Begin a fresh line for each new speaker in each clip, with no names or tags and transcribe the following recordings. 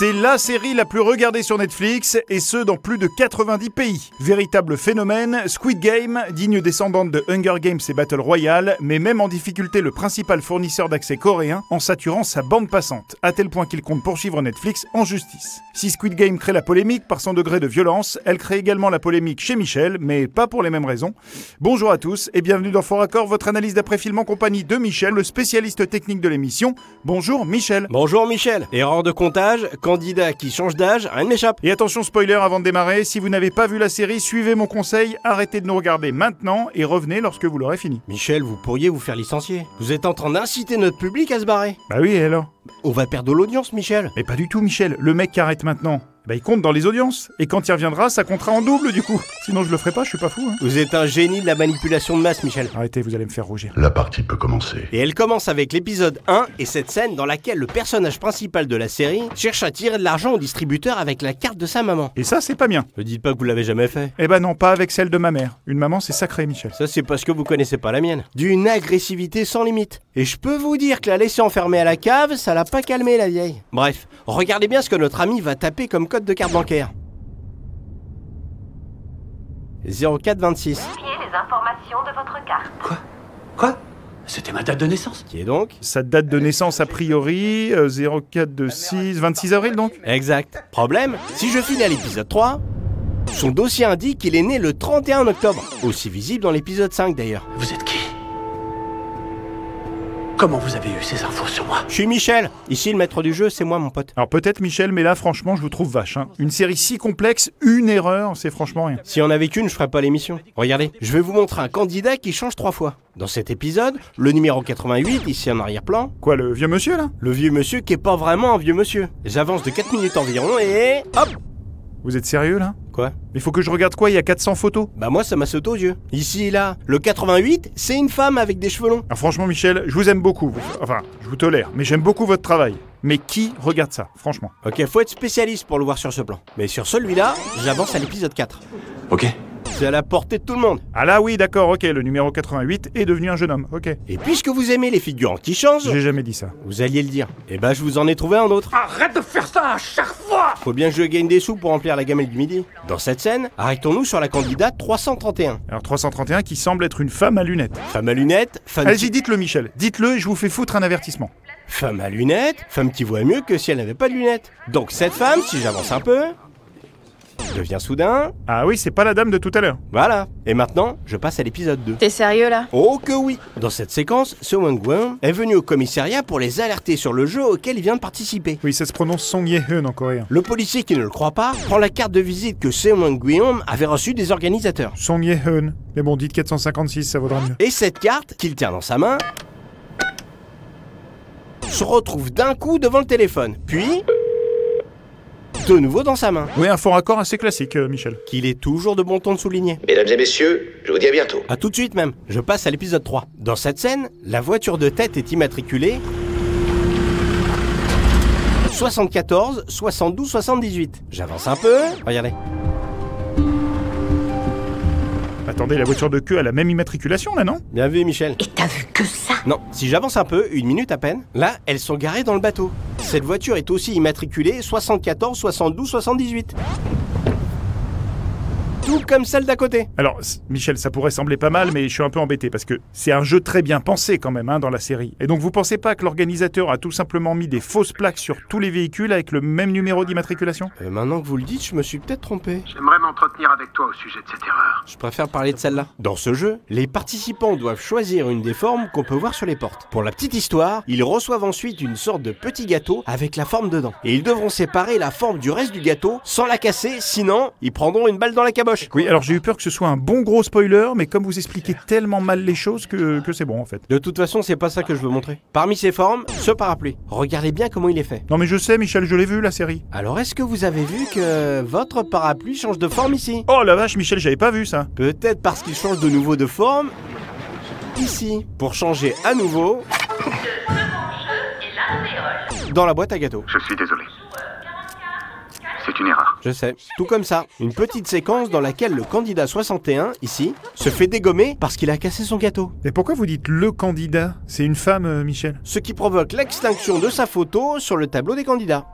C'est la série la plus regardée sur Netflix, et ce dans plus de 90 pays. Véritable phénomène, Squid Game, digne descendante de Hunger Games et Battle Royale, mais même en difficulté le principal fournisseur d'accès coréen en saturant sa bande passante, à tel point qu'il compte poursuivre Netflix en justice. Si Squid Game crée la polémique par son degré de violence, elle crée également la polémique chez Michel, mais pas pour les mêmes raisons. Bonjour à tous et bienvenue dans Fort Accord, votre analyse d'après-film en compagnie de Michel, le spécialiste technique de l'émission. Bonjour Michel.
Bonjour Michel. Erreur de comptage, candidat qui change d'âge, rien ne m'échappe.
Et attention spoiler avant de démarrer, si vous n'avez pas vu la série, suivez mon conseil, arrêtez de nous regarder maintenant et revenez lorsque vous l'aurez fini.
Michel, vous pourriez vous faire licencier. Vous êtes en train d'inciter notre public à se barrer.
Bah oui, et alors
On va perdre de l'audience, Michel.
Mais pas du tout Michel, le mec qui arrête maintenant. Bah il compte dans les audiences, et quand il reviendra, ça comptera en double du coup. Sinon je le ferai pas, je suis pas fou. Hein.
Vous êtes un génie de la manipulation de masse, Michel.
Arrêtez, vous allez me faire rougir.
La partie peut commencer.
Et elle commence avec l'épisode 1 et cette scène dans laquelle le personnage principal de la série cherche à tirer de l'argent au distributeur avec la carte de sa maman.
Et ça c'est pas bien.
Ne dites pas que vous l'avez jamais fait.
Eh bah non, pas avec celle de ma mère. Une maman c'est sacré Michel.
Ça, c'est parce que vous connaissez pas la mienne. D'une agressivité sans limite. Et je peux vous dire que la laisser enfermée à la cave, ça l'a pas calmée, la vieille. Bref, regardez bien ce que notre ami va taper comme code de carte bancaire. 0426,
Vérifiez les informations de votre carte.
Quoi Quoi C'était ma date de naissance
qui est donc
Sa date de naissance a priori, euh, 0426, 26 avril donc
Exact. Problème, si je file à l'épisode 3, son dossier indique qu'il est né le 31 octobre. Aussi visible dans l'épisode 5 d'ailleurs.
Vous êtes qui Comment vous avez eu ces infos sur moi
Je suis Michel. Ici, le maître du jeu, c'est moi, mon pote.
Alors peut-être Michel, mais là franchement je vous trouve vache. hein. Une série si complexe, une erreur, c'est franchement rien.
Si on avait qu'une, je ferais pas l'émission. Regardez, je vais vous montrer un candidat qui change trois fois. Dans cet épisode, le numéro 88, ici en arrière-plan,
Quoi le vieux monsieur là
le vieux monsieur qui est pas vraiment un vieux monsieur. J'avance de 4 minutes environ et... Hop
Vous êtes sérieux là
Quoi
Mais faut que je regarde quoi, il y a 400 photos
Bah moi, ça m'a sauté aux yeux. Ici et là, le 88, c'est une femme avec des cheveux longs.
Alors franchement Michel, je vous aime beaucoup, vous- enfin je vous tolère, mais j'aime beaucoup votre travail. Mais qui regarde ça, franchement
Ok, faut être spécialiste pour le voir sur ce plan. Mais sur celui-là, j'avance à l'épisode 4.
Ok.
C'est à la portée de tout le monde.
Ah là oui d'accord, ok, le numéro 88 est devenu un jeune homme, ok.
Et puisque vous aimez les figurants qui changent,
J'ai jamais dit ça.
vous alliez le dire. Eh ben, je vous en ai trouvé un autre.
Arrête de faire ça à chaque fois
Faut bien que je gagne des sous pour remplir la gamelle du midi. Dans cette scène, arrêtons-nous sur la candidate 331.
Alors 331 qui semble être une femme à lunettes.
Femme à lunettes, femme,
Allez-y, dites-le Michel, dites-le et je vous fais foutre un avertissement.
femme à lunettes, femme qui voit mieux que si elle n'avait pas de lunettes. Donc cette femme, si j'avance un peu, devient soudain.
Ah oui, c'est pas la dame de tout à l'heure.
Voilà. Et maintenant, je passe à l'épisode 2.
T'es sérieux là
Oh que oui Dans cette séquence, Seo Wang est venu au commissariat pour les alerter sur le jeu auquel il vient de participer.
Oui, ça se prononce Song Ye-eun en coréen.
Le policier qui ne le croit pas prend la carte de visite que Seo Wang avait reçue des organisateurs.
Song Ye-eun. Mais bon, dites 456, ça vaudra mieux.
Et cette carte, qu'il tient dans sa main, se retrouve d'un coup devant le téléphone, puis de nouveau dans sa main,
Oui, un fort accord assez classique, euh, Michel.
qu'il est toujours de bon ton de souligner.
Mesdames et messieurs, je vous dis à bientôt.
A tout de suite même, je passe à l'épisode 3. Dans cette scène, la voiture de tête est immatriculée 74 72 78. J'avance un peu, regardez.
Attendez, la voiture de queue a la même immatriculation là, non
Bien vu Michel.
Et t'as vu que ça
Non, si j'avance un peu, une minute à peine, là, elles sont garées dans le bateau. Cette voiture est aussi immatriculée 74 72 78. Tout comme celle d'à côté.
Alors, c- Michel, ça pourrait sembler pas mal, mais je suis un peu embêté parce que c'est un jeu très bien pensé quand même hein, dans la série. Et donc, vous pensez pas que l'organisateur a tout simplement mis des fausses plaques sur tous les véhicules avec le même numéro d'immatriculation
Euh, maintenant que vous le dites, je me suis peut-être trompé.
J'aimerais m'entretenir avec toi au sujet de cette erreur.
Je préfère parler de celle-là. Dans ce jeu, les participants doivent choisir une des formes qu'on peut voir sur les portes. Pour la petite histoire, ils reçoivent ensuite une sorte de petit gâteau avec la forme dedans. Et ils devront séparer la forme du reste du gâteau sans la casser, sinon ils prendront une balle dans la caboche.
Oui, alors j'ai eu peur que ce soit un bon gros spoiler, mais comme vous expliquez tellement mal les choses que, que c'est bon en fait.
De toute façon, c'est pas ça que je veux montrer. Parmi ces formes, ce parapluie. Regardez bien comment il est fait.
Non mais je sais, Michel, je l'ai vu la série.
Alors est-ce que vous avez vu que votre parapluie change de forme ici
Oh la vache, Michel, j'avais pas vu ça.
Peut-être parce qu'il change de nouveau de forme ici. Pour changer à nouveau
Et l'alvéole.
dans la boîte à gâteau.
Je suis désolé. C'est une erreur.
Je sais. Tout comme ça, une petite séquence dans laquelle le candidat 61, ici, se fait dégommer parce qu'il a cassé son gâteau.
Mais pourquoi vous dites le candidat C'est une femme, euh, Michel
Ce qui provoque l'extinction de sa photo sur le tableau des candidats.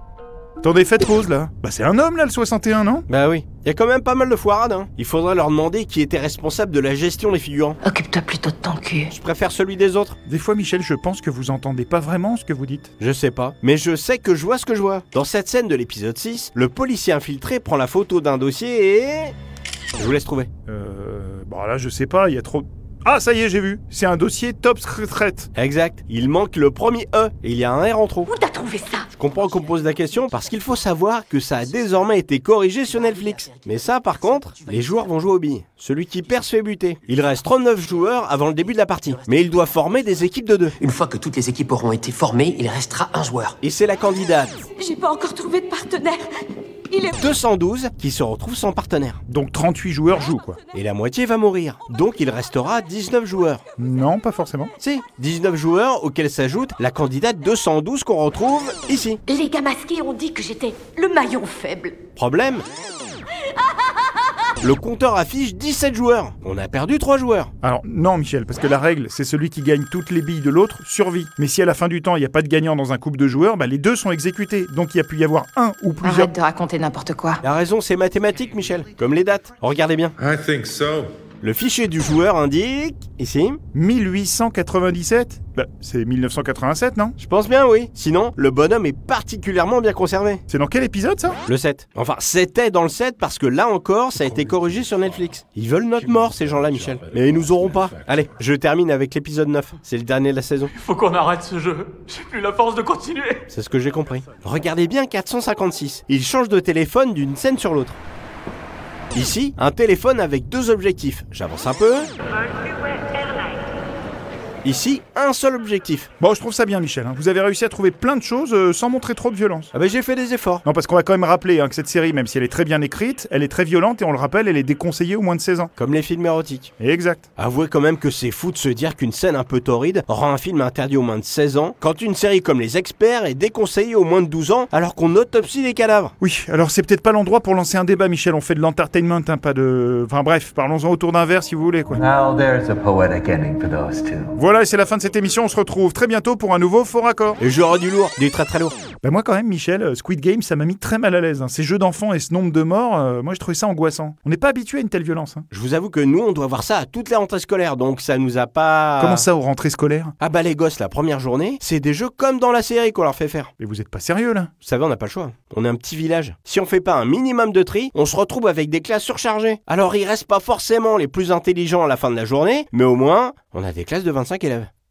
Attendez, faites pause là. Bah c'est un homme là le 61, non
Bah oui. Y a quand même pas mal de foirades, hein. Il faudrait leur demander qui était responsable de la gestion des figurants.
Occupe-toi plutôt de ton cul.
Je préfère celui des autres.
Des fois, Michel, je pense que vous entendez pas vraiment ce que vous dites.
Je sais pas. Mais je sais que je vois ce que je vois. Dans cette scène de l'épisode 6, le policier infiltré prend la photo d'un dossier et... Je vous laisse trouver.
Euh. Bon, là, je sais pas, il y a trop. Ah, ça y est, j'ai vu. C'est un dossier top retraite.
Exact. Il manque le premier E et il y a un R en trop.
Où t'as trouvé ça
Je comprends qu'on me pose la question parce qu'il faut savoir que ça a désormais été corrigé sur Netflix. Mais ça, par contre, les joueurs vont jouer aux billes. Celui qui perd se fait buter. Il reste 39 joueurs avant le début de la partie. Mais il doit former des équipes de deux.
Une fois que toutes les équipes auront été formées, il restera un joueur.
Et c'est la candidate
J'ai pas encore trouvé de partenaire. Il est
212 qui se retrouve sans partenaire.
Donc 38 joueurs jouent, quoi.
Et la moitié va mourir. Donc il restera 19 joueurs.
Non, pas forcément.
Si, 19 joueurs auxquels s'ajoute la candidate 212 qu'on retrouve ici.
Les gars masqués ont dit que j'étais le maillon faible.
Problème Le compteur affiche 17 joueurs. On a perdu 3 joueurs.
Alors, non, Michel, parce que la règle, c'est celui qui gagne toutes les billes de l'autre survit. Mais si à la fin du temps, il n'y a pas de gagnant dans un couple de joueurs, bah les deux sont exécutés. Donc il y a pu y avoir un ou plusieurs.
Arrête de raconter n'importe quoi.
La raison, c'est mathématique, Michel, comme les dates. Regardez bien.
I think so.
Le fichier du joueur indique. Ici.
1897 Bah, c'est 1987, non
Je pense bien, oui. Sinon, le bonhomme est particulièrement bien conservé.
C'est dans quel épisode ça
Le 7. Enfin, c'était dans le 7 parce que là encore, ça a été corrigé sur Netflix. Ils veulent notre mort, ces gens-là, Michel. Mais ils nous auront pas. Allez, je termine avec l'épisode 9. C'est le dernier de la saison.
Faut qu'on arrête ce jeu. J'ai plus la force de continuer.
C'est ce que j'ai compris. Regardez bien 456. Il change de téléphone d'une scène sur l'autre. Ici, un téléphone avec deux objectifs. J'avance un peu.
Vol US Airlines.
Ici, un seul objectif.
Bon, je trouve ça bien, Michel. hein. Vous avez réussi à trouver plein de choses euh, sans montrer trop de violence.
Ah ben j'ai fait des efforts.
Non, parce qu'on va quand même rappeler hein, que cette série, même si elle est très bien écrite, elle est très violente et on le rappelle, elle est déconseillée aux moins de 16 ans.
Comme les films érotiques.
Et exact.
Avouez quand même que c'est fou de se dire qu'une scène un peu torride rend un film interdit aux moins de 16 ans, quand une série comme Les Experts est déconseillée aux moins de 12 ans alors qu'on autopsie des cadavres.
Oui, alors c'est peut-être pas l'endroit pour lancer un débat, Michel. On fait de l'entertainment, hein, pas de. Enfin bref, parlons-en autour d'un verre si vous voulez, quoi.
Now there's a poetic ending for those two.
Voilà, et c'est la fin de cette émission. On se retrouve très bientôt pour un nouveau faux raccord.
Et j'aurais du lourd, du très très lourd.
Bah, moi, quand même, Michel, euh, Squid Game, ça m'a mis très mal à l'aise. hein. Ces jeux d'enfants et ce nombre de morts, euh, moi, je trouvais ça angoissant. On n'est pas habitué à une telle violence. hein.
Je vous avoue que nous on doit voir ça à toute la rentrée scolaire donc ça nous a pas...
Comment ça, aux rentrées scolaires
Ah bah les gosses la première journée, c'est des jeux comme dans la série qu'on leur fait faire.
Mais vous êtes pas sérieux, là
Vous savez, on n'a pas le choix. On est un petit village. Si on fait pas un minimum de tri, on se retrouve avec des classes surchargées. Alors il reste pas forcément les plus intelligents à la fin de la journée, mais au moins, on a des classes de 25 élèves.